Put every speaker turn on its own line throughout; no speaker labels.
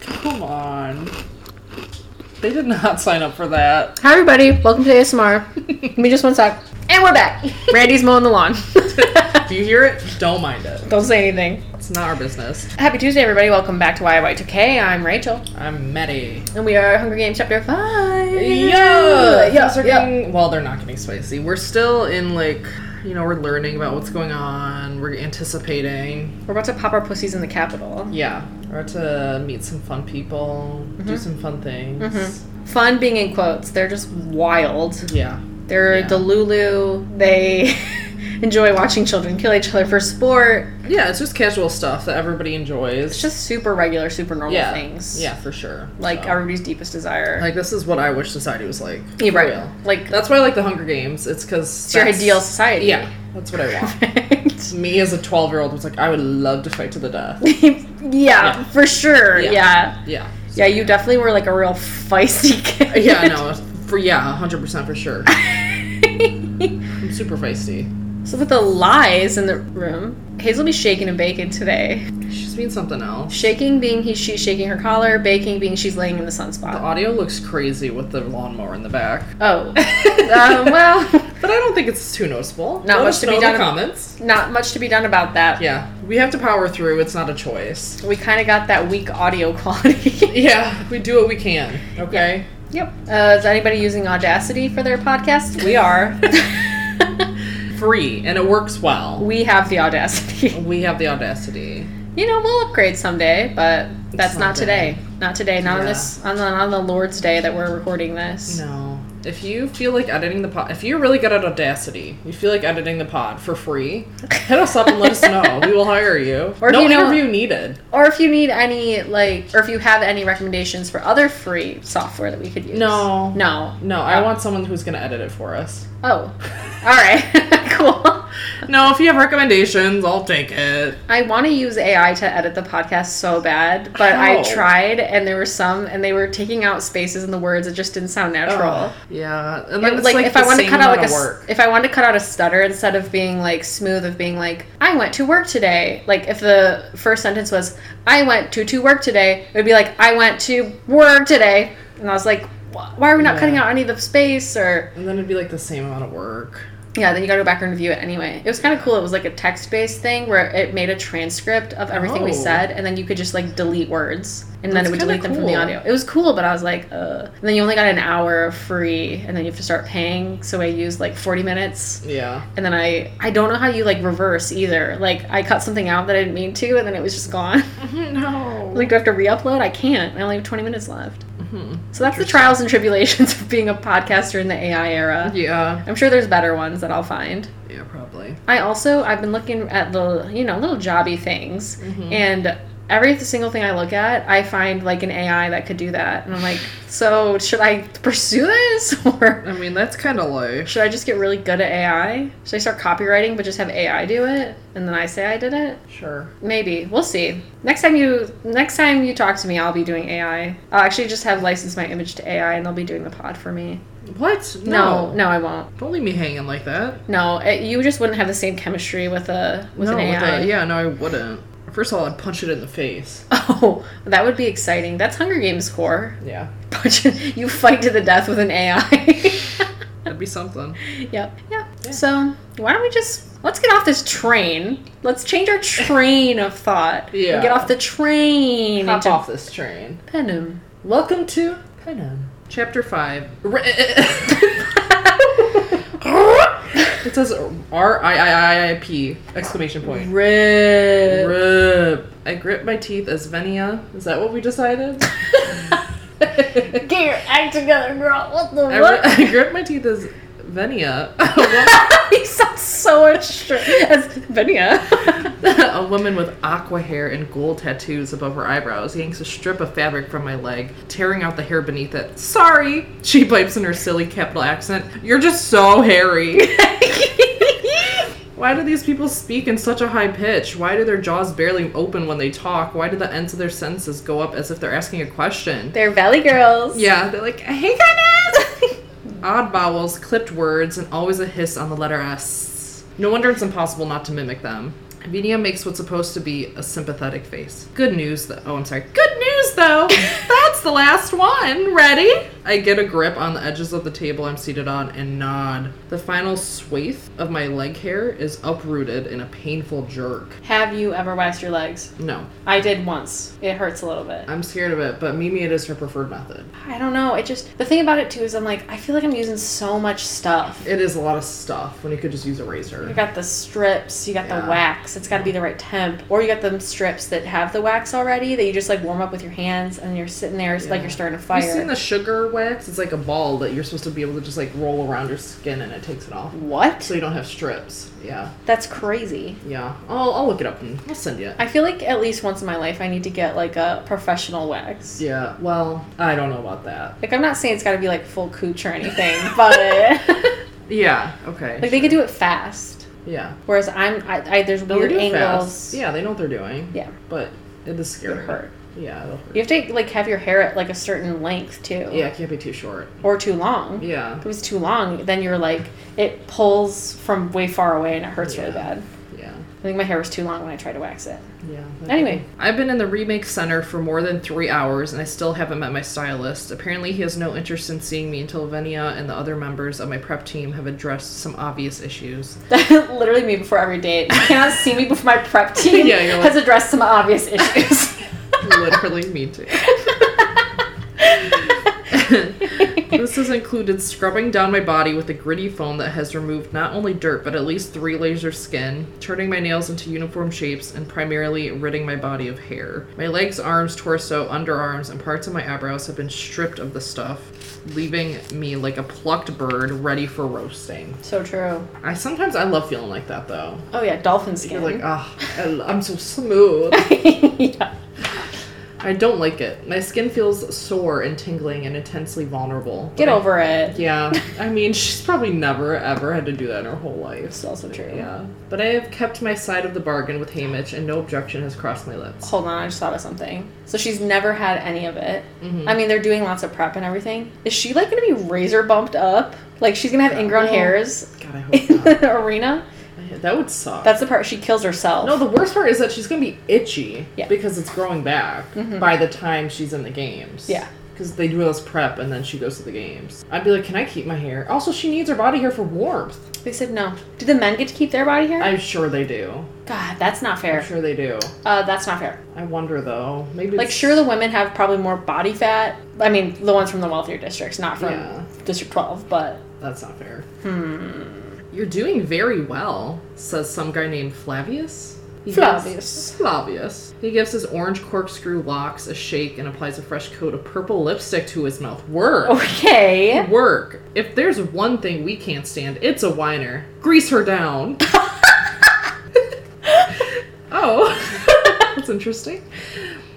Come on. They did not sign up for that.
Hi, everybody. Welcome to ASMR. Give me just one sec. And we're back. Randy's mowing the lawn.
Do you hear it? Don't mind it.
Don't say anything.
It's not our business.
Happy Tuesday, everybody. Welcome back to YY2K. I'm Rachel.
I'm Maddie.
And we are Hunger Games Chapter 5.
Yeah,
Yeah.
things are
yeah.
getting- Well, they're not getting spicy. We're still in like, you know, we're learning about what's going on. We're anticipating.
We're about to pop our pussies in the Capitol.
Yeah, we're about to meet some fun people,
Mm-hmm.
do some fun things.
Fun being in quotes. They're just wild.
Yeah,
They're
Yeah.
the Lulu. They enjoy watching children kill each other for sport.
yeah. It's just casual stuff that everybody enjoys.
It's just super regular, super normal
yeah,
things.
yeah, for sure.
Like
So,
everybody's deepest desire.
like this is what I wish society was like.
Yeah,
for
right.
real.
Like
That's why I like the Hunger Games. It's because
it's your ideal society.
Yeah, that's what I want. Me as a twelve-year-old was like, I would love to fight to the death.
yeah, for sure. Yeah.
Yeah.
yeah.
Yeah. So-
you definitely were like a real feisty kid.
Yeah, no, for yeah, hundred percent for sure. I'm super feisty.
so with the lies in the room, Hazel be shaking and baking today.
She's being something else.
Shaking being he, she's shaking her collar, baking being she's laying in the
The
sunspot.
audio looks crazy with the lawnmower in the back,
Oh, um, well,
but I don't think it's too noticeable. Let
Not much
us
to be
know in
done.
the comments.
not much to be done about that.
Yeah, we have to power through. It's not a choice.
We kind of got that weak audio quality.
Yeah, we do what we can. Okay.
yep. Uh, is anybody using Audacity for their podcast? We are.
Free and it works well.
we have the audacity.
We have the audacity.
You know, we'll upgrade someday, but that's not
Someday.
today. Not today. Not on
Yeah.
this. On the, on the Lord's day that we're recording this.
No. If you feel like editing the pod, if you're really good at Audacity, you feel like editing the pod for free, hit us up and let us know. We will hire you.
Or if
no
you know-
interview needed.
Or if you need any like, or if you have any recommendations for other free software that we could use.
No.
No.
No, I want someone who's going to edit it for us.
Oh. All right. cool.
No, if you have recommendations, I'll take it.
I want to use AI to edit the podcast so bad, but I
How?
tried and there were some and they were taking out spaces in the words. It just didn't sound natural.
Yeah, and
It-
then it's like,
if I wanted to cut out like a s-
work.
if I wanted to cut out a stutter instead of being like smooth of being like I went to work today. Like if the first sentence was I went to to work today, it would be like I went to work today, and I was like, "Wh- why are we not
Yeah.
cutting out any of the space or
And then it'd be like the same amount of work.
yeah? Then you got to go back and review it anyway. It was kind of cool. It was like a text based thing where it made a transcript of everything we
Oh.
said, and then you could just like delete words. And then
That's
it would
kinda
delete them from the
cool.
audio. It was cool, but I was like, uh. And then you only got an hour of free, and then you have to start paying. So I used like 40 minutes.
Yeah.
and then I I don't know how you like reverse either. Like I cut something out that I didn't mean to, and then it was just gone.
no.
like do I have to re-upload? I can't. I only have 20 minutes left.
Mm-hmm.
So that's the trials and tribulations of being a podcaster in the AI era.
yeah.
I'm sure there's better ones that I'll find.
Yeah, probably.
I also I've been looking at the you know little jobby things,
Mm-hmm.
and every single thing I look at, I find like an AI that could do that, and I'm like, so should I pursue this or?
I mean, that's kind of like
Should I just get really good at AI? Should I start copywriting but just have AI do it and then I say I did it?
sure.
Maybe. We'll see. Next time you next time you talk to me, I'll be doing AI. I'll actually just have licensed my image to AI and they'll be doing the pod for me.
What?
No, no, I won't.
Don't leave me hanging like that.
No, it, you just wouldn't have the same chemistry with a with an
with
AI.
a- yeah, no, I wouldn't. First of all, I'd punch it in the face.
Oh, that would be exciting. That's Hunger Games core.
Yeah.
Punch it- you fight to the death with an AI.
That'd be something.
Yep. Yep. So why don't we just let's get off this train? Let's change our train of thought. and
Yeah.
Get off the train
Hop
into
off this train.
Venom.
Welcome to Penham. Chapter 5. R- it says R I I I I P! Exclamation point.
Rip.
Rip. I grip my teeth as Venia. Is that what we decided? I,
Get your act together, girl. What the
ri- I grip my teeth as Venia.
what? you sound so unsure. As Venia.
A woman with aqua hair and gold tattoos above her eyebrows yanks a strip of fabric from my leg, tearing out the hair beneath it. Sorry, she pipes in her silly capital accent. You're just so hairy. Why do these people speak in such a high pitch? Why do their jaws barely open when they talk? Why do the ends of their sentences go up as if they're asking a question?
They're Valley girls.
Yeah, they're like, hey, Dennis! Odd vowels, clipped words, and always a hiss on the letter S. No wonder it's impossible not to mimic them. Venia makes what's supposed to be a sympathetic face. Good news, though. Oh, I'm sorry. Good news, though. That's the last one. Ready? I get a grip on the edges of the table I'm seated on and nod. The final swathe of my leg hair is uprooted in a painful jerk.
Have you ever waxed your legs?
No,
I did once. It hurts a little bit.
I'm scared of it, but Mimi, it is her preferred method.
I don't know. It just the thing about it too is I'm like I feel like I'm using so much stuff.
It is a lot of stuff when you could just use a razor.
You got the strips, you got
Yeah.
the wax. It's got to be the right temp, or you got the strips that have the wax already that you just like warm up with your hands and you're sitting there it's like
Yeah.
you're starting a
Have
fire.
you seen the sugar wax? It's like a ball that you're supposed to be able to just like roll around your skin and it takes it off.
what?
So you don't have strips. Yeah,
That's crazy.
yeah. I'll, I'll look it up and I'll send you it.
I feel like at least once in my life I need to get like a professional wax.
Yeah, well, I don't know about that.
Like I'm not saying it's got to be like full cooch or anything, but
Yeah, okay.
like they could do it fast.
yeah.
Whereas I'm, I, I there's
No, they
weird
do it
angles.
fast. Yeah, they know what they're doing.
Yeah.
But it is
It would
scary.
hurt.
Yeah, it'll hurt.
You have to like have your hair at like a certain length too.
Yeah, it can't be too short.
Or too long.
Yeah.
If it was too long, then you're like it pulls from way far away and it hurts really
Yeah.
bad.
Yeah.
I think my hair was too long when I tried to wax it.
Yeah.
Anyway.
I've been in the remake center for more than three hours and I still haven't met my stylist. Apparently, he has no interest in seeing me until Venia and the other members of my prep team have addressed some obvious issues.
Literally me before every date. You cannot see me before my prep team
Yeah, you're like-
has addressed some obvious issues.
Literally, me too. this has included scrubbing down my body with a gritty foam that has removed not only dirt but at least three layers of skin, turning my nails into uniform shapes, and primarily ridding my body of hair. My legs, arms, torso, underarms, and parts of my eyebrows have been stripped of the stuff, leaving me like a plucked bird ready for roasting.
so true.
I sometimes I love feeling like that though.
Oh yeah, dolphin
You're
skin.
like, ah, I- I'm so smooth.
yeah.
I don't like it. My skin feels sore and tingling and intensely vulnerable.
Get
But I-
over it.
Yeah, I mean, she's probably never ever had to do that in her whole life.
It's also true.
Yeah, but I have kept my side of the bargain with Hamish, and no objection has crossed my lips.
Hold on, I just thought of something. So she's never had any of it.
Mm-hmm.
I mean, they're doing lots of prep and everything. Is she like gonna be razor bumped up? Like she's gonna have ingrown
Well,
hairs
God, I
in
hope not.
the arena?
that would suck.
That's the part she kills herself.
no, the worst part is that she's gonna be itchy
Yeah. Mm-hmm.
because it's growing back by the time she's in the games.
Yeah.
Because they do all this prep and then she goes to the games. I'd be like, can I keep my hair? Also, she needs her body hair for warmth.
they said no. Do the men get to keep their body hair?
I'm sure they do.
God, that's not
I'm
fair.
sure they do.
Uh, that's not fair.
I wonder though. Maybe
Like,
it's-
sure, the women have probably more body fat. I mean, the ones from the wealthier districts, not from
Yeah.
District 12, but
That's not fair. Hmm. You're doing very well, says some guy named Flavius. He gives-
Flavius.
Flavius. He gives his orange corkscrew locks a shake and applies a fresh coat of purple lipstick to his mouth. Work.
okay.
Work. If there's one thing we can't stand, it's a whiner. Grease her down. oh. That's interesting.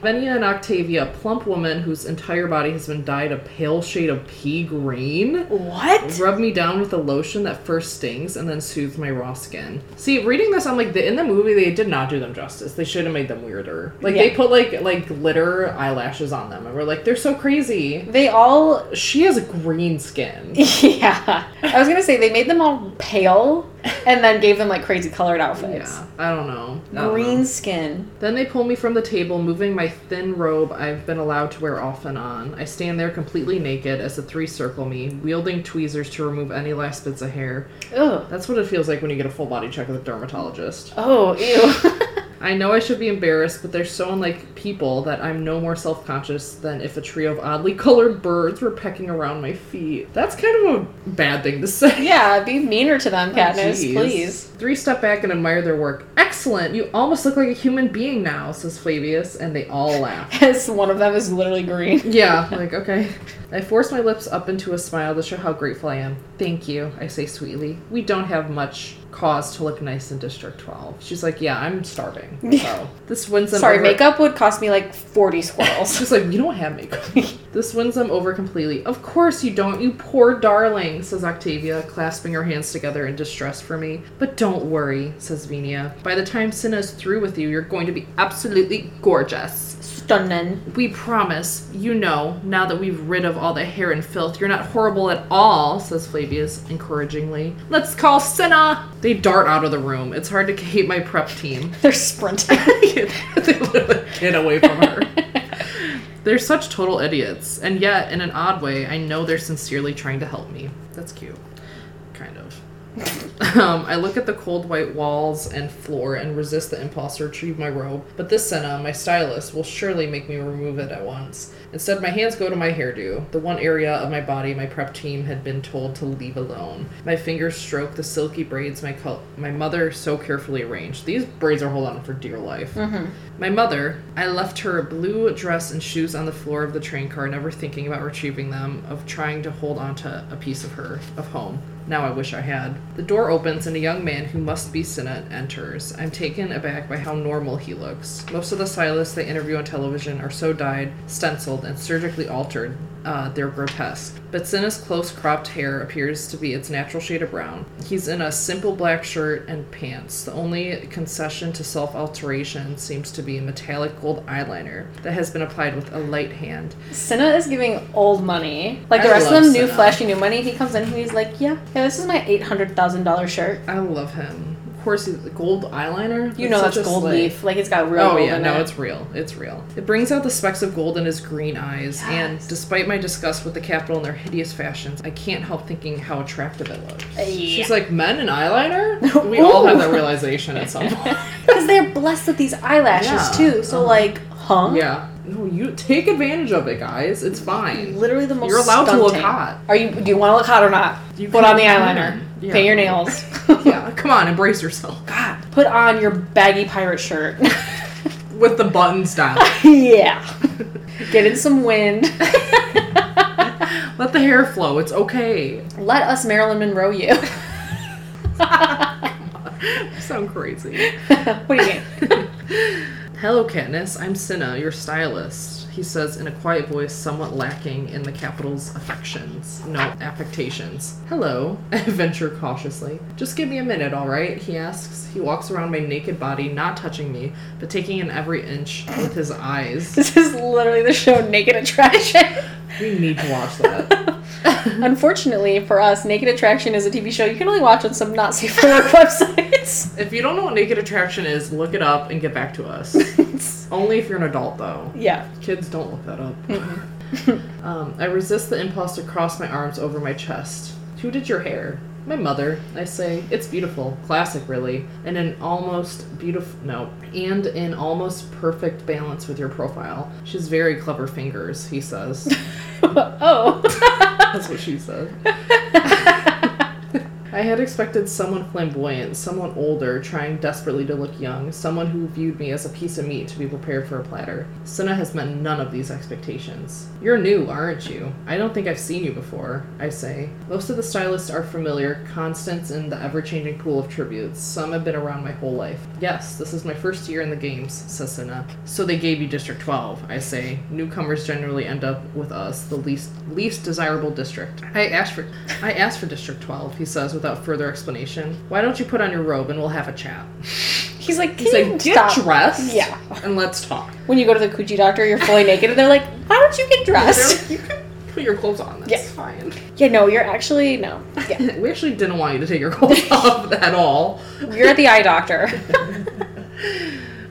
Venia and Octavia, a plump woman whose entire body has been dyed a pale shade of pea green.
What?
Rub me down with a lotion that first stings and then soothes my raw skin. See, reading this, I'm like, the, in the movie they did not do them justice. They should have made them weirder. Like they
Yeah.
put like like glitter eyelashes on them, and we're like, they're so crazy.
They all
She has green skin.
Yeah. I was gonna say they made them all pale and then gave them like crazy colored outfits.
Yeah, I don't know. I don't
Green
know.
skin.
Then they pull me from the table, moving my thin robe I've been allowed to wear off and on. I stand there completely naked as the three circle me, wielding tweezers to remove any last bits of hair.
Ugh.
That's what it feels like when you get a full body check with a dermatologist.
Oh, ew.
I know I should be embarrassed, but they're so unlike people that I'm no more self conscious than if a trio of oddly colored birds were pecking around my feet. That's kind of a bad thing to say.
yeah, be meaner to them, Katniss,
Oh, Jeez.
please.
Three step back and admire their work. Excellent! You almost look like a human being now, says Flavius, and they all laugh.
As one of them is literally green.
Yeah, like, okay. I force my lips up into a smile to show how grateful I am. Thank you, I say sweetly. We don't have much cause to look nice in District 12. She's like, yeah, I'm starving. So, this wins them
Sorry,
over-
makeup would cost me like 40 squirrels.
She's like, you don't have makeup. this wins them over completely. Of course you don't, you poor darling, says Octavia, clasping her hands together in distress for me. But don't worry, says Venia. By the time Cinna's through with you, you're going to be absolutely gorgeous.
Stunning.
We promise, you know, now that we've rid of all the hair and filth, you're not horrible at all, says Flavius encouragingly. Let's call Cinna! They dart out of the room. It's hard to hate my prep team.
They're sprinting.
they literally get away from her. They're such total idiots, and yet, in an odd way, I know they're sincerely trying to help me. That's cute. Kind of. Um, I look at the cold white walls and floor and resist the impulse to retrieve my robe, but this senna, my stylist, will surely make me remove it at once. Instead, my hands go to my hairdo, the one area of my body my prep team had been told to leave alone. My fingers stroke the silky braids my col- my mother so carefully arranged. These braids are holding on for dear life. My mother, I left her a blue dress and shoes on the floor of the train car, never thinking about retrieving them, of trying to hold onto a piece of her, of home. Now I wish I had. The door opens and a young man who must be Sinnott enters. I'm taken aback by how normal he looks. Most of the stylists they interview on television are so dyed, stenciled, and surgically altered uh, they're grotesque. But Sinna's close cropped hair appears to be its natural shade of brown. He's in a simple black shirt and pants. The only concession to self alteration seems to be metallic gold eyeliner that has been applied with a light hand.
Cinna is giving old money. Like the
I
rest of
love
them, new
Cinna.
flashy new money. He comes in and he's like, "Yeah, yeah, this is my eight hundred thousand dollar shirt.
I love him. Of course, he's gold eyeliner.
You know
such
that's
a
gold
slick-
leaf. Like it's got real
Oh
gold
yeah,
in
no,
it.
it's real. It's real. It brings out the specks of gold in his green eyes, and despite my disgust with the capital and their hideous fashions, I can't help thinking how attractive it looks.
Yeah.
She's like, men and eyeliner? We all have that realization at some point.
because they're blessed with these eyelashes
Yeah. Uh-huh.
too. So like, huh?
yeah. No, you take advantage of it, guys. It's fine.
Literally the most.
You're allowed to look
stunting.
hot.
Are you? Do you want to look hot or not?
You
Put on the
can.
eyeliner.
Yeah.
Paint your nails. Oh,
yeah, come on, embrace yourself. God.
Put on your baggy pirate shirt.
With the buttons down.
yeah. Get in some wind.
Let the hair flow. It's okay.
Let us Marilyn Monroe you.
You sound crazy.
what do you mean?
Hello, Katniss. I'm Cinna, your stylist. He says in a quiet voice, somewhat lacking in the capital's affections. No, affectations. Hello, I venture cautiously. Just give me a minute, alright? He asks. He walks around my naked body, not touching me, but taking in every inch with his eyes.
This is literally the show Naked Attraction.
We need to watch that.
Unfortunately for us, Naked Attraction is a TV show you can only watch on some not safe for work websites.
If you don't know what naked attraction is, look it up and get back to us. Only if you're an adult, though.
yeah.
Kids don't look that up. um, I resist the impulse to cross my arms over my chest. Who did your hair? My mother, I say. It's beautiful, classic, really, and an almost beautiful no, and in almost perfect balance with your profile. She's very clever fingers, he says.
oh.
That's what she said. I had expected someone flamboyant, someone older, trying desperately to look young, someone who viewed me as a piece of meat to be prepared for a platter. Senna has met none of these expectations. You're new, aren't you? I don't think I've seen you before, I say. Most of the stylists are familiar, constants in the ever changing pool of tributes. Some have been around my whole life. Yes, this is my first year in the games, says Senna. So they gave you District 12, I say. Newcomers generally end up with us, the least least desirable district. I asked for I asked for District 12, he says without further explanation. Why don't you put on your robe and we'll have a chat?
He's like, can
He's
you
like, get
stop?
dressed
Yeah.
and let's talk.
When you go to the coochie doctor, you're fully naked, and they're like, why don't you get
They're
dressed?
like, you can put your clothes on, that's
Yeah.
fine.
yeah, no, you're actually, no. Yeah.
We actually didn't want you to take your clothes off at all.
You're at the eye doctor.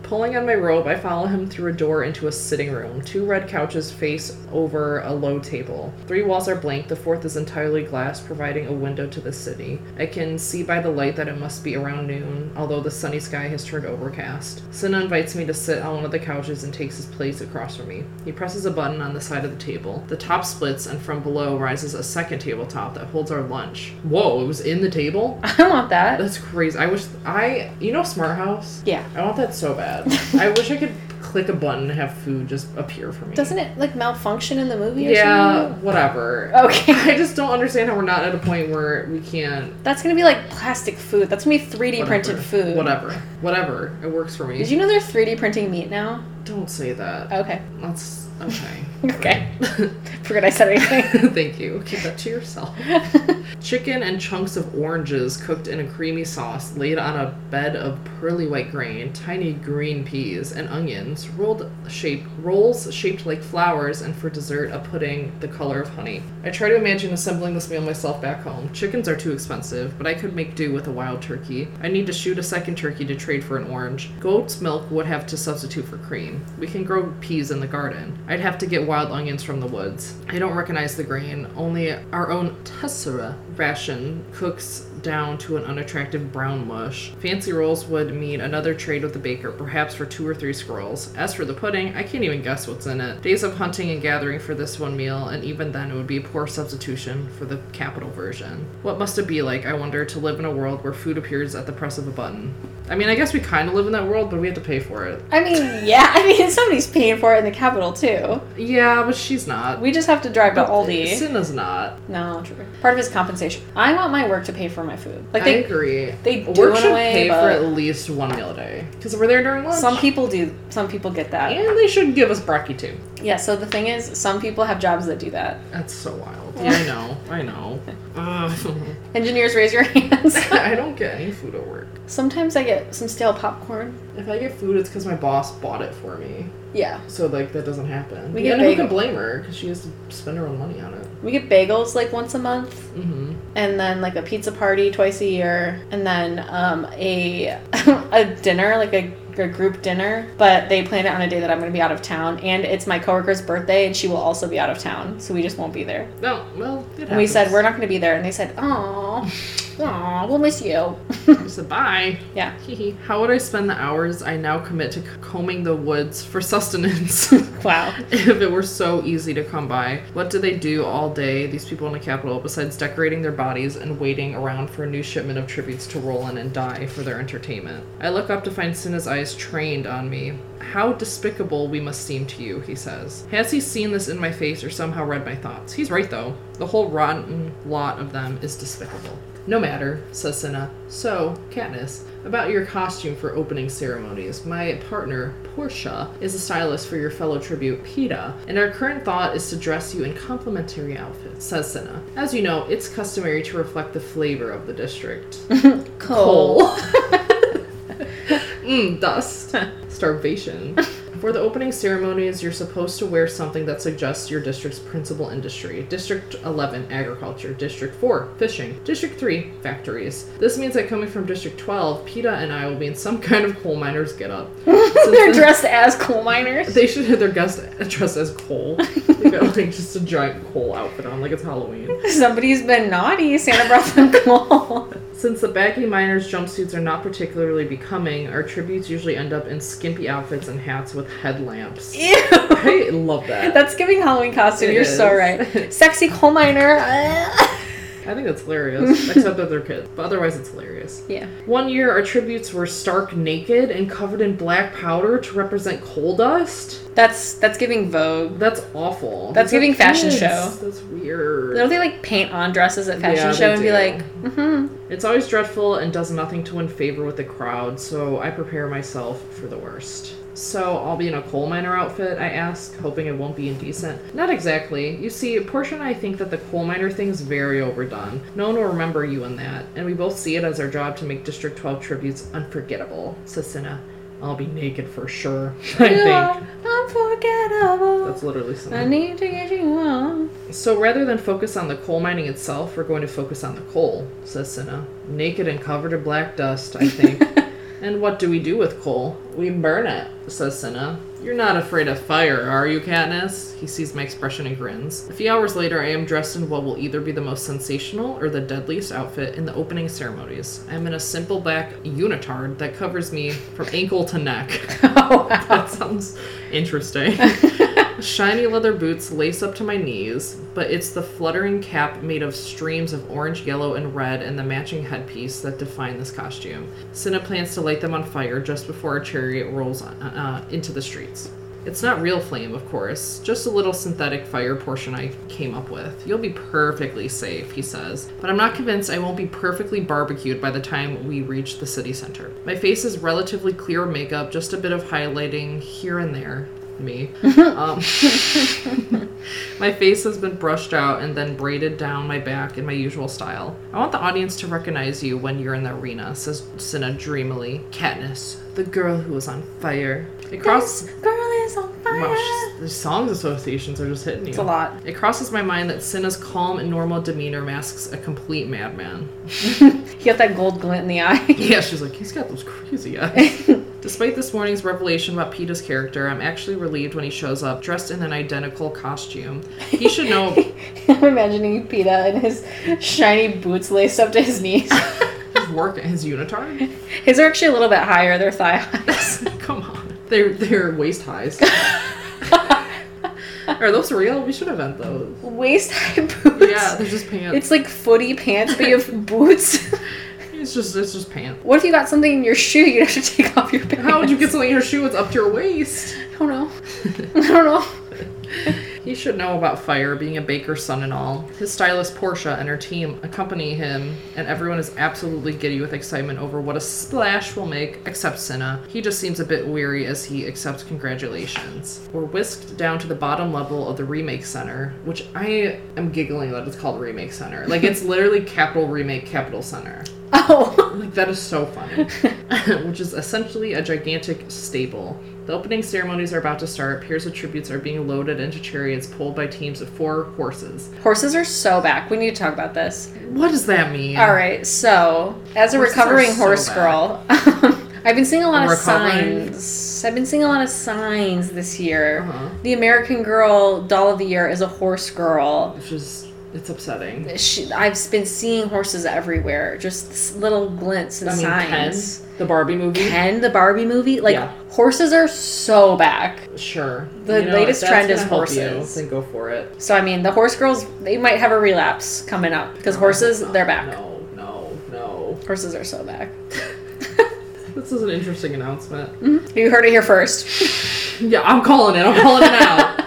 Pulling on my robe, I follow him through a door into a sitting room. Two red couches face over a low table. Three walls are blank, the fourth is entirely glass, providing a window to the city. I can see by the light that it must be around noon, although the sunny sky has turned overcast. Senna invites me to sit on one of the couches and takes his place across from me. He presses a button on the side of the table. The top splits, and from below rises a second tabletop that holds our lunch. Whoa, it was in the table?
I want that.
That's crazy. I wish I you know Smart House?
Yeah.
I want that so bad. I wish I could click a button and have food just appear for me.
Doesn't it, like, malfunction in the movie or
Yeah,
something?
whatever.
Okay.
I just don't understand how we're not at a point where we can't
That's gonna be like plastic food. That's gonna be 3D
whatever,
printed food.
Whatever. Whatever. It works for me.
Did you know they're 3D printing meat now?
don't say that.
Okay.
That's okay.
Okay. Forgot I said anything.
Thank you. Keep that to yourself. Chicken and chunks of oranges cooked in a creamy sauce laid on a bed of pearly white grain, tiny green peas, and onions, rolled shaped rolls shaped like flowers, and for dessert a pudding the color of honey. I try to imagine assembling this meal myself back home. Chickens are too expensive, but I could make do with a wild turkey. I need to shoot a second turkey to trade for an orange. Goat's milk would have to substitute for cream. garden. We can grow peas in the garden. I'd have to get wild onions from the woods. I don't recognize the grain, only our own tessera ration cooks down to an unattractive brown mush. Fancy rolls would mean another trade with the baker, perhaps for two or three squirrels. As for the pudding, I can't even guess what's in it. Days of hunting and gathering for this one meal, and even then it would be a poor substitution for the capital version. What must it be like, I wonder, to live in a world where food appears at the press of a button? I mean, I guess we kind of live in that world, but we have to pay for it.
I mean, yeah. I mean, somebody's paying for it in the capital too.
Yeah, but she's not.
We just have to drive to Aldi.
Cinna's not.
No, true. Part of his compensation. I want my work to pay for my food. Like
I
they,
agree.
they do
Work
in a
should
way,
pay for
but-
at least one meal a day because we're there during lunch.
some people do. Some people get that. Yeah.
and they should give us brekkie too.
So the thing is, some people have jobs that do that.
That's so wild. Yeah, I know. I know. Ugh.
Engineers, raise your hands.
I don't get any food at work.
Sometimes I get some stale popcorn.
If I get food, it's because my boss bought it for me.
Yeah.
So like that doesn't happen.
We
yeah,
get
and who
bagel-
can blame her? Because she has to spend her own money on it.
We get bagels like once a month,
Mm-hmm.
and then like a pizza party twice a year, and then um, a a dinner like a, a group dinner. But they plan it on a day that I'm going to be out of town, and it's my coworker's birthday, and she will also be out of town, so we just won't be there.
No, well, it happens.
And we said we're not going to be there, and they said, "Oh, oh, we'll miss you."
We said bye.
yeah.
How would I spend the hours I now commit to combing the woods for sustenance?
Wow.
if it were so easy to come by. What do they do all day, these people in the capital, besides decorating their bodies and waiting around for a new shipment of tributes to roll in and die for their entertainment? I look up to find Cinna's eyes trained on me. How despicable we must seem to you, he says. Has he seen this in my face or somehow read my thoughts? He's right, though. The whole rotten lot of them is despicable. No matter, says Cinna. So, Katniss, about your costume for opening ceremonies. My partner, Portia, is a stylist for your fellow tribute, Peta, and our current thought is to dress you in complimentary outfits, says Cinna. As you know, it's customary to reflect the flavor of the district.
Coal. Mm,
Mmm, dust. Starvation. For the opening ceremonies, you're supposed to wear something that suggests your district's principal industry. District 11, agriculture. District 4, fishing. District 3, factories. This means that coming from District 12, PETA and I will be in some kind of coal miner's get up.
They're dressed as coal miners.
They should have their guest dressed as coal. They got like just a giant coal outfit on, like it's Halloween.
Somebody's been naughty. Santa brought them coal.
Since the baggy miners' jumpsuits are not particularly becoming, our tributes usually end up in skimpy outfits and hats with headlamps.
Ew.
I love that.
That's giving Halloween costume.
It
You're so
is.
right. Sexy coal miner.
I think that's hilarious, except that they're kids. But otherwise, it's hilarious.
yeah.
One year, our tributes were stark naked and covered in black powder to represent coal dust.
That's that's giving Vogue.
That's awful.
That's
These are
giving fashion
kids.
show.
That's weird.
Don't they like paint on dresses at fashion
Yeah,
show
they
and
do.
be like, mm-hmm.
It's always dreadful and does nothing to win favor with the crowd, so I prepare myself for the worst. So I'll be in a coal miner outfit, I ask, hoping it won't be indecent. Not exactly. You see, Portia and I think that the coal miner thing's very overdone. No one will remember you in that, and we both see it as our job to make District 12 tributes unforgettable, says Cinna. I'll be naked for sure, I
You
think.
are unforgettable.
That's literally
I
something.
need to get you on.
So rather than focus on the coal mining itself, we're going to focus on the coal, says Cinna. Naked and covered in black dust, I think. and what do we do with coal? We burn it, says Cinna. You're not afraid of fire, are you, Katniss? He sees my expression and grins. A few hours later, I am dressed in what will either be the most sensational or the deadliest outfit in the opening ceremonies. I am in a simple black unitard that covers me from ankle to neck.
Oh wow.
That sounds interesting. Shiny leather boots lace up to my knees, but it's the fluttering cap made of streams of orange, yellow, and red and the matching headpiece that define this costume. Cinna plans to light them on fire just before our chariot rolls uh, uh, into the streets. It's not real flame, of course, just a little synthetic fire portion I came up with. You'll be perfectly safe, he says, but I'm not convinced I won't be perfectly barbecued by the time we reach the city center. My face is relatively clear makeup, just a bit of highlighting here and there. Me. Um, my face has been brushed out and then braided down my back in my usual style. I want the audience to recognize you when you're in the arena, says Cinna dreamily. Katniss, the girl who was on fire. It cross-
This girl is on fire.
Wow, she's- the songs associations are just hitting you.
It's a lot.
It crosses my mind that Cinna's calm and normal demeanor masks a complete madman.
You got that gold glint in the eye.
Yeah, she's like, he's got those crazy eyes. Despite this morning's revelation about PETA's character, I'm actually relieved when he shows up dressed in an identical costume. He should know
I'm imagining Peta in his shiny boots laced up to his knees.
his work his unitard.
his are actually a little bit higher, their thigh highs.
Come on. They're, they're waist highs. Are those real? We should invent those.
Waist high boots.
Yeah, they're just pants.
It's like footy pants, but you have boots.
It's just it's just pants.
What if you got something in your shoe? You'd have to take off your pants.
How would you get something in your shoe that's up to your waist?
I don't know. I don't know.
He should know about fire, being a baker's son and all. His stylist Portia and her team accompany him, and everyone is absolutely giddy with excitement over what a splash will make, except Cinna. He just seems a bit weary as he accepts congratulations. We're whisked down to the bottom level of the Remake Center, which I am giggling that it's called Remake Center. Like, it's literally capital Remake, capital Center.
Oh.
Like that is so funny. Which is essentially a gigantic stable. The opening ceremonies are about to start. Peers of tributes are being loaded into chariots pulled by teams of four horses.
Horses are so back. We need to talk about this.
What does that mean?
All right. So, as
Horses
a
are
recovering
so
horse
back.
girl, I've been seeing a lot of
Recovering?
signs. I've been seeing a lot of signs this year.
Uh-huh.
The American Girl doll of the year is a horse girl.
It's just it's upsetting.
She, I've been seeing horses everywhere, just s- little glints and
I mean, Ken,
signs.
the Barbie movie.
Ken, the Barbie movie, like
Yeah.
horses are so back.
Sure.
The
You know,
latest
if that's
trend
gonna
is
help you,
horses.
then go for it.
So I mean, the horse girls they might have a relapse coming up because horses
Oh, No,
they're back.
No, no, no.
Horses are so back.
This is an interesting announcement.
You heard it here first.
Yeah, I'm calling it. I'm calling it out.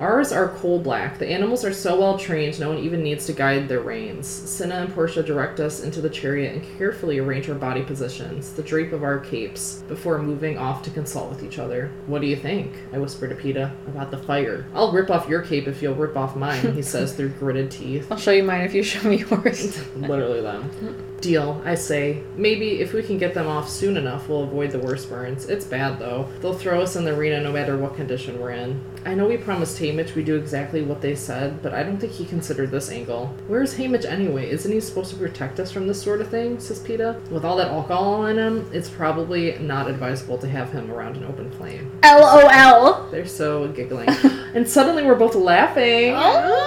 Ours are coal black. The animals are so well trained, no one even needs to guide their reins. Cinna and Portia direct us into the chariot and carefully arrange our body positions, the drape of our capes, before moving off to consult with each other. What do you think? I whisper to Peta about the fire. I'll rip off your cape if you'll rip off mine, he says through gritted teeth.
I'll show you mine if you show me yours.
Literally them. Deal, I say. Maybe if we can get them off soon enough, we'll avoid the worst burns. It's bad though. They'll throw us in the arena no matter what condition we're in. I know we promised Haymitch we do exactly what they said, but I don't think he considered this angle. Where's Haymitch anyway? Isn't he supposed to protect us from this sort of thing? says PETA. With all that alcohol in him, it's probably not advisable to have him around an open flame.
LOL.
They're so giggling. and suddenly we're both laughing.
Oh,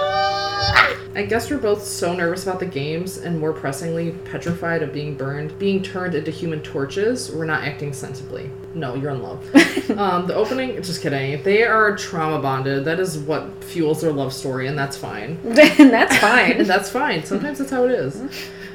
I guess we're both so nervous about the games and more pressingly petrified of being burned, being turned into human torches, we're not acting sensibly. No, you're in love. um, the opening, just kidding. They are trauma bonded. That is what fuels their love story, and that's fine.
and that's
And
fine.
that's fine. Sometimes that's how it is.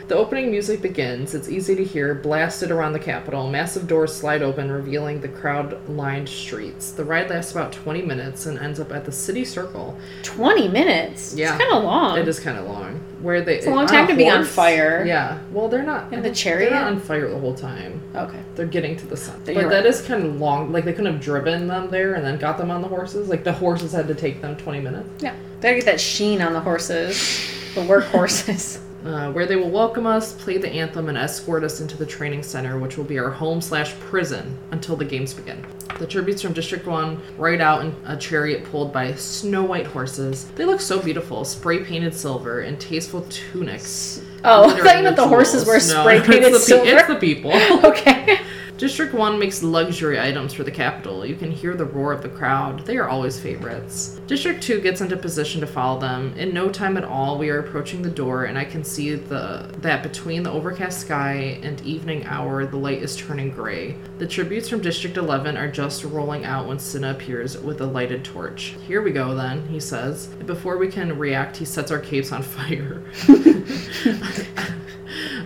The opening music begins. It's easy to hear, blasted around the Capitol. Massive doors slide open, revealing the crowd lined streets. The ride lasts about 20 minutes and ends up at the city circle.
20 minutes.
Yeah.
It's kind of long.
It is kind of long. Where they it's
a long time to be on fire.
Yeah. Well, they're not
In the
They're
chariot?
not on fire the whole time.
Okay.
They're getting to the sun. But
You're
that
right.
is kind of long. Like they couldn't have driven them there and then got them on the horses. Like the horses had to take them twenty minutes.
Yeah. Better get that sheen on the horses, the work horses.
Uh, where they will welcome us, play the anthem, and escort us into the training center, which will be our home slash prison until the games begin. The tributes from District 1 ride out in a chariot pulled by snow white horses. They look so beautiful, spray painted silver, and tasteful tunics.
Oh, I
glittering
thought you
with
meant the horses were
jewels. No,
spray painted
it's the pe-
silver.
It's the people.
okay.
District 1 makes luxury items for the capital. You can hear the roar of the crowd. They are always favorites. District 2 gets into position to follow them. In no time at all, we are approaching the door and I can see the that between the overcast sky and evening hour, the light is turning gray. The tributes from District 11 are just rolling out when Cinna appears with a lighted torch. Here we go then, he says. And before we can react, he sets our capes on fire.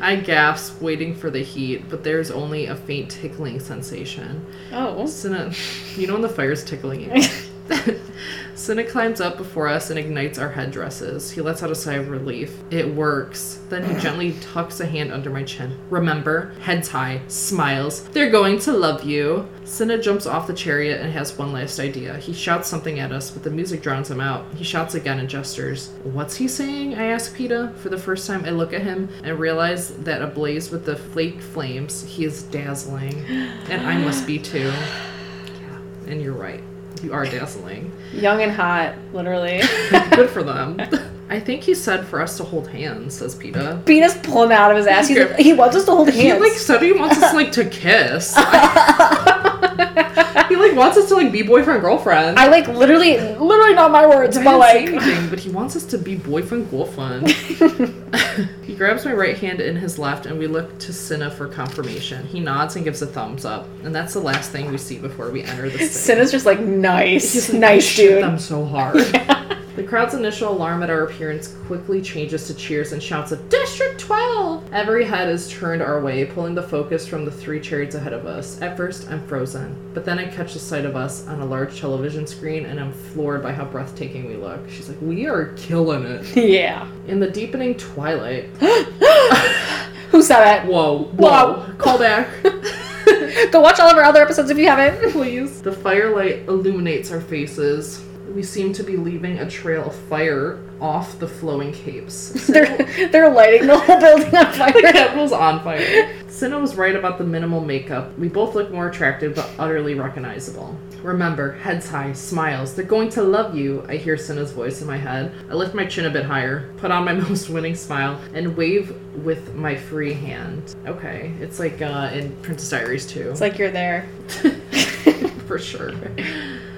I gasp, waiting for the heat, but there's only a faint tickling sensation.
Oh.
Cinna, you know when the fire's tickling you. Cinna climbs up before us and ignites our headdresses. He lets out a sigh of relief. It works. Then he gently tucks a hand under my chin. Remember, heads high, smiles. They're going to love you. Cinna jumps off the chariot and has one last idea. He shouts something at us, but the music drowns him out. He shouts again and gestures. What's he saying? I ask Peta. For the first time, I look at him and realize that ablaze with the flaked flames, he is dazzling. And I must be too. Yeah, and you're right. You are dazzling.
Young and hot, literally.
Good for them. I think he said for us to hold hands, says PETA.
Penis pulling out of his ass. He's like, he wants us to hold
He like
hands.
said he wants us like to kiss. he like wants us to like be boyfriend girlfriend.
I like literally, literally not my words,
I
but
didn't say
like.
anything, but he wants us to be boyfriend girlfriend. he grabs my right hand in his left, and we look to Cinna for confirmation. He nods and gives a thumbs up, and that's the last thing we see before we enter the city.
Sin is just like nice,
He's like, "I
nice
shoot
dude.
Them so hard. The crowd's initial alarm at our appearance quickly changes to cheers and shouts of District 12! Every head is turned our way, pulling the focus from the three chariots ahead of us. At first, I'm frozen, but then I catch the sight of us on a large television screen and I'm floored by how breathtaking we look. She's like, We are killing it.
Yeah.
In the deepening twilight.
Who saw that?
Whoa,
Wow.
whoa, call back.
Go watch all of our other episodes if you haven't, please.
The firelight illuminates our faces. We seem to be leaving a trail of fire off the flowing capes.
They're they're lighting the whole building on
the
fire.
Capitol's on fire. Cinna was right about the minimal makeup. We both look more attractive, but utterly recognizable. Remember, heads high, smiles. They're going to love you. I hear Cinna's voice in my head. I lift my chin a bit higher, put on my most winning smile, and wave with my free hand. Okay, it's like uh, in Princess Diaries too,
It's like you're there.
for sure.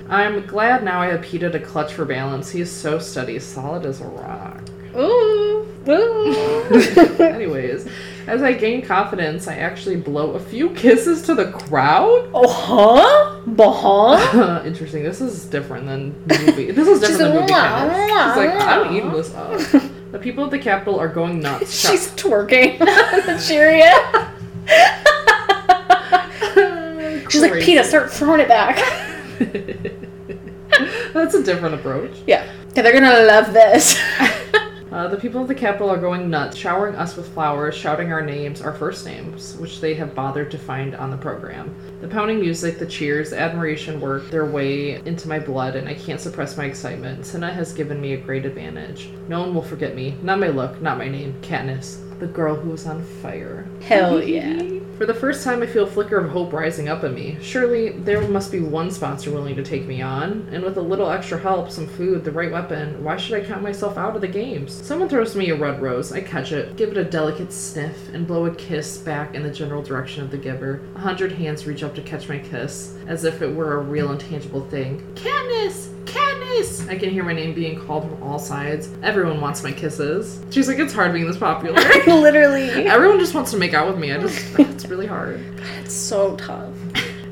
I'm glad now I have Peter to clutch for balance. He is so steady, solid as a rock.
Ooh, ooh.
Anyways, as I gain confidence, I actually blow a few kisses to the crowd.
oh huh? Bah.
Interesting. This is different than the movie. This is
She's
different than
like,
movie
"Wah,
canon. She's
wah,
like, I'm
wah."
eating this up. The people at the Capitol are going nuts.
She's twerking on the chariot. She's like, Peta, start throwing it back.
That's a different approach.
Yeah. Yeah, they're gonna love this.
Uh, the people of the capital are going nuts, showering us with flowers, shouting our names, our first names, which they have bothered to find on the program. The pounding music, the cheers, the admiration work their way into my blood, and I can't suppress my excitement. Senna has given me a great advantage. No one will forget me. Not my look, not my name. Katniss, the girl who was on fire.
Hell yeah.
For the first time, I feel a flicker of hope rising up in me. Surely there must be one sponsor willing to take me on, and with a little extra help, some food, the right weapon, why should I count myself out of the games? Someone throws me a red rose, I catch it, give it a delicate sniff, and blow a kiss back in the general direction of the giver. A hundred hands reach up to catch my kiss, as if it were a real and tangible thing. Katniss! Katniss! I can hear my name being called from all sides. Everyone wants my kisses. She's like, it's hard being this popular.
Literally.
Everyone just wants to make out with me. I just, it's really hard.
It's so tough.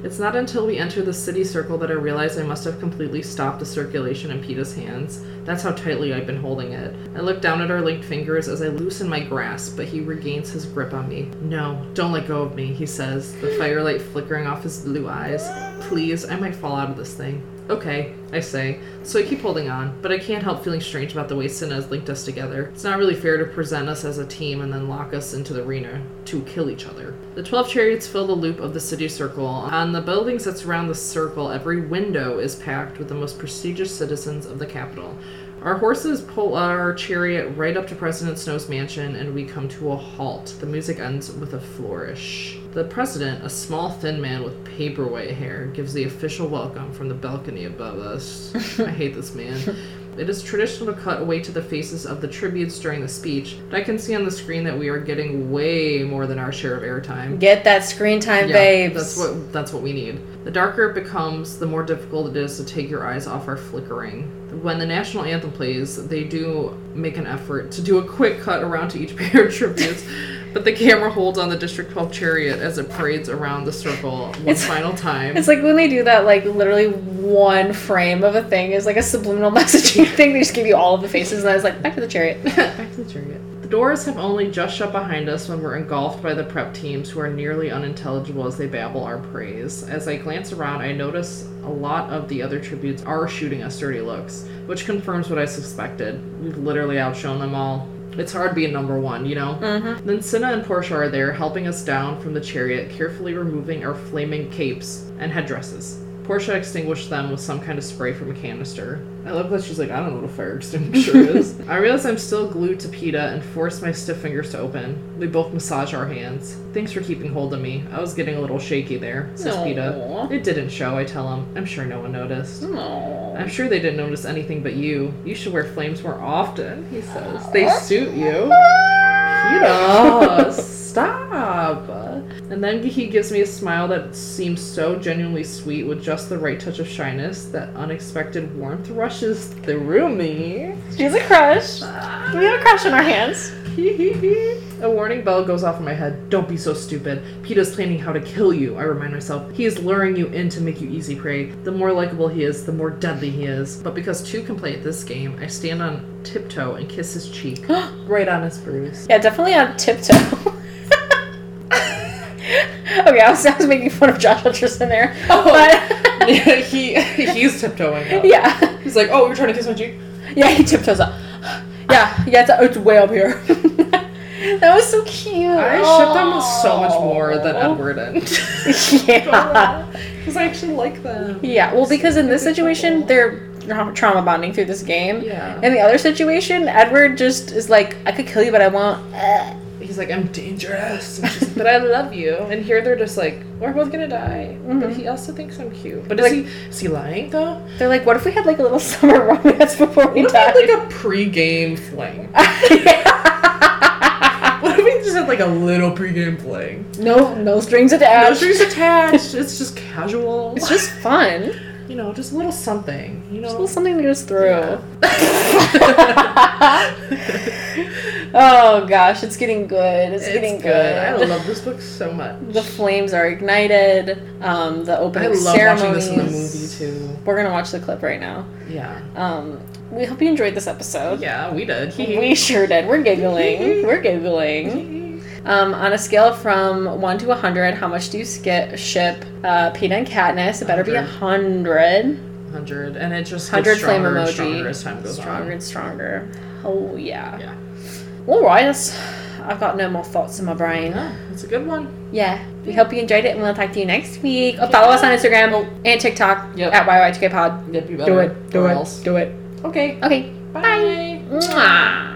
It's not until we enter the city circle that I realize I must have completely stopped the circulation in Peta's hands. That's how tightly I've been holding it. I look down at our linked fingers as I loosen my grasp, but he regains his grip on me. No, don't let go of me, he says, the firelight flickering off his blue eyes. Please, I might fall out of this thing. Okay, I say. So I keep holding on, but I can't help feeling strange about the way Cinna has linked us together. It's not really fair to present us as a team and then lock us into the arena to kill each other. The 12 chariots fill the loop of the city circle. On the buildings that surround the circle, every window is packed with the most prestigious citizens of the capital. Our horses pull our chariot right up to President Snow's mansion, and we come to a halt. The music ends with a flourish. The president, a small, thin man with paperweight hair, gives the official welcome from the balcony above us. I hate this man. It is traditional to cut away to the faces of the tributes during the speech, but I can see on the screen that we are getting way more than our share of airtime.
Get that screen time,
Yeah,
babes.
that's what that's what we need. The darker it becomes, the more difficult it is to take your eyes off our flickering. When the national anthem plays, they do make an effort to do a quick cut around to each pair of tributes, but the camera holds on the District 12 chariot as it parades around the circle one
It's-
final time.
It's like when they do that, like literally one frame of a thing is like a subliminal messaging thing. They just give you all of the faces, and I was like, back to the chariot.
Back to the chariot. The doors have only just shut behind us when we're engulfed by the prep teams who are nearly unintelligible as they babble our praise. As I glance around, I notice a lot of the other tributes are shooting us dirty looks, which confirms what I suspected. We've literally outshone them all. It's hard being number one, you know? Mm-hmm. Then Cinna and Portia are there, helping us down from the chariot, carefully removing our flaming capes and headdresses. Portia extinguished them with some kind of spray from a canister. I love that she's like, I don't know what a fire extinguisher is. I realize I'm still glued to PETA and force my stiff fingers to open. We both massage our hands. Thanks for keeping hold of me. I was getting a little shaky there, says
Aw.
PETA. It didn't show, I tell him. I'm sure no one noticed.
Aw.
I'm sure they didn't notice anything but you. You should wear flames more often, he says. They suit you. PETA, stop. And then he gives me a smile that seems so genuinely sweet with just the right touch of shyness that unexpected warmth rushes through me.
She has a crush. We have a crush on our hands.
a warning bell goes off in my head. Don't be so stupid. PETA's planning how to kill you, I remind myself. He is luring you in to make you easy prey. The more likable he is, the more deadly he is. But because two can play at this game, I stand on tiptoe and kiss his cheek. right on his bruise.
Yeah, definitely on tiptoe. okay, I was, I was making fun of Josh Hutcherson there.
Oh.
But
he he's tiptoeing up.
yeah,
He's like, oh, you're trying to kiss my cheek?
yeah, he tiptoes up. Yeah, yeah, it's, it's way up here. that was so cute.
I shipped them so much more than Edward and.
Yeah,
Because Oh. I actually like them.
yeah. Well, because in this situation, they're tra- trauma bonding through this game.
Yeah.
In the other situation, Edward just is like, I could kill you, but I won't. Uh,
He's like, I'm dangerous. And she's like, but I love you. And here they're just like, we're both gonna die. But he also thinks I'm cute. But Mm-hmm. is,
Like-
he, is he lying though?
They're like, what if we had like a little summer romance before we
What if we had
died?
like a pre-game fling? What if we just had like a little pre-game fling?
no, no strings
No
attached.
strings attached. It's just casual.
It's just fun.
you know, just a little something. You know,
It's a little something that goes through. oh gosh, it's getting good. It's, getting
it's
good.
good. I love this book so much.
The flames are ignited. Um, the
I
opening
love watching
ceremonies.
this in the movie too.
We're gonna watch the clip right now.
Yeah.
Um, we hope you enjoyed this episode.
Yeah, we did.
We sure did. We're giggling. We're giggling. Um, on a scale from one to hundred, how much do you skip, ship uh, Peanut and Katniss? It better be a hundred.
100 and it just
Hundred
gets
flame
stronger and
emoji.
stronger as time goes
stronger
on.
and stronger. Oh yeah.
Yeah.
All right. That's, I've got no more thoughts in my brain.
Yeah, it's a good one.
Yeah. We hope you enjoyed it, and we'll talk to you next week. Oh, follow us on Instagram and TikTok
Yep.
at YY2K Pod.
Yep, you
Do
better.
it. Do
or
it.
else.
Do it.
Okay.
Okay.
Bye.
Mwah.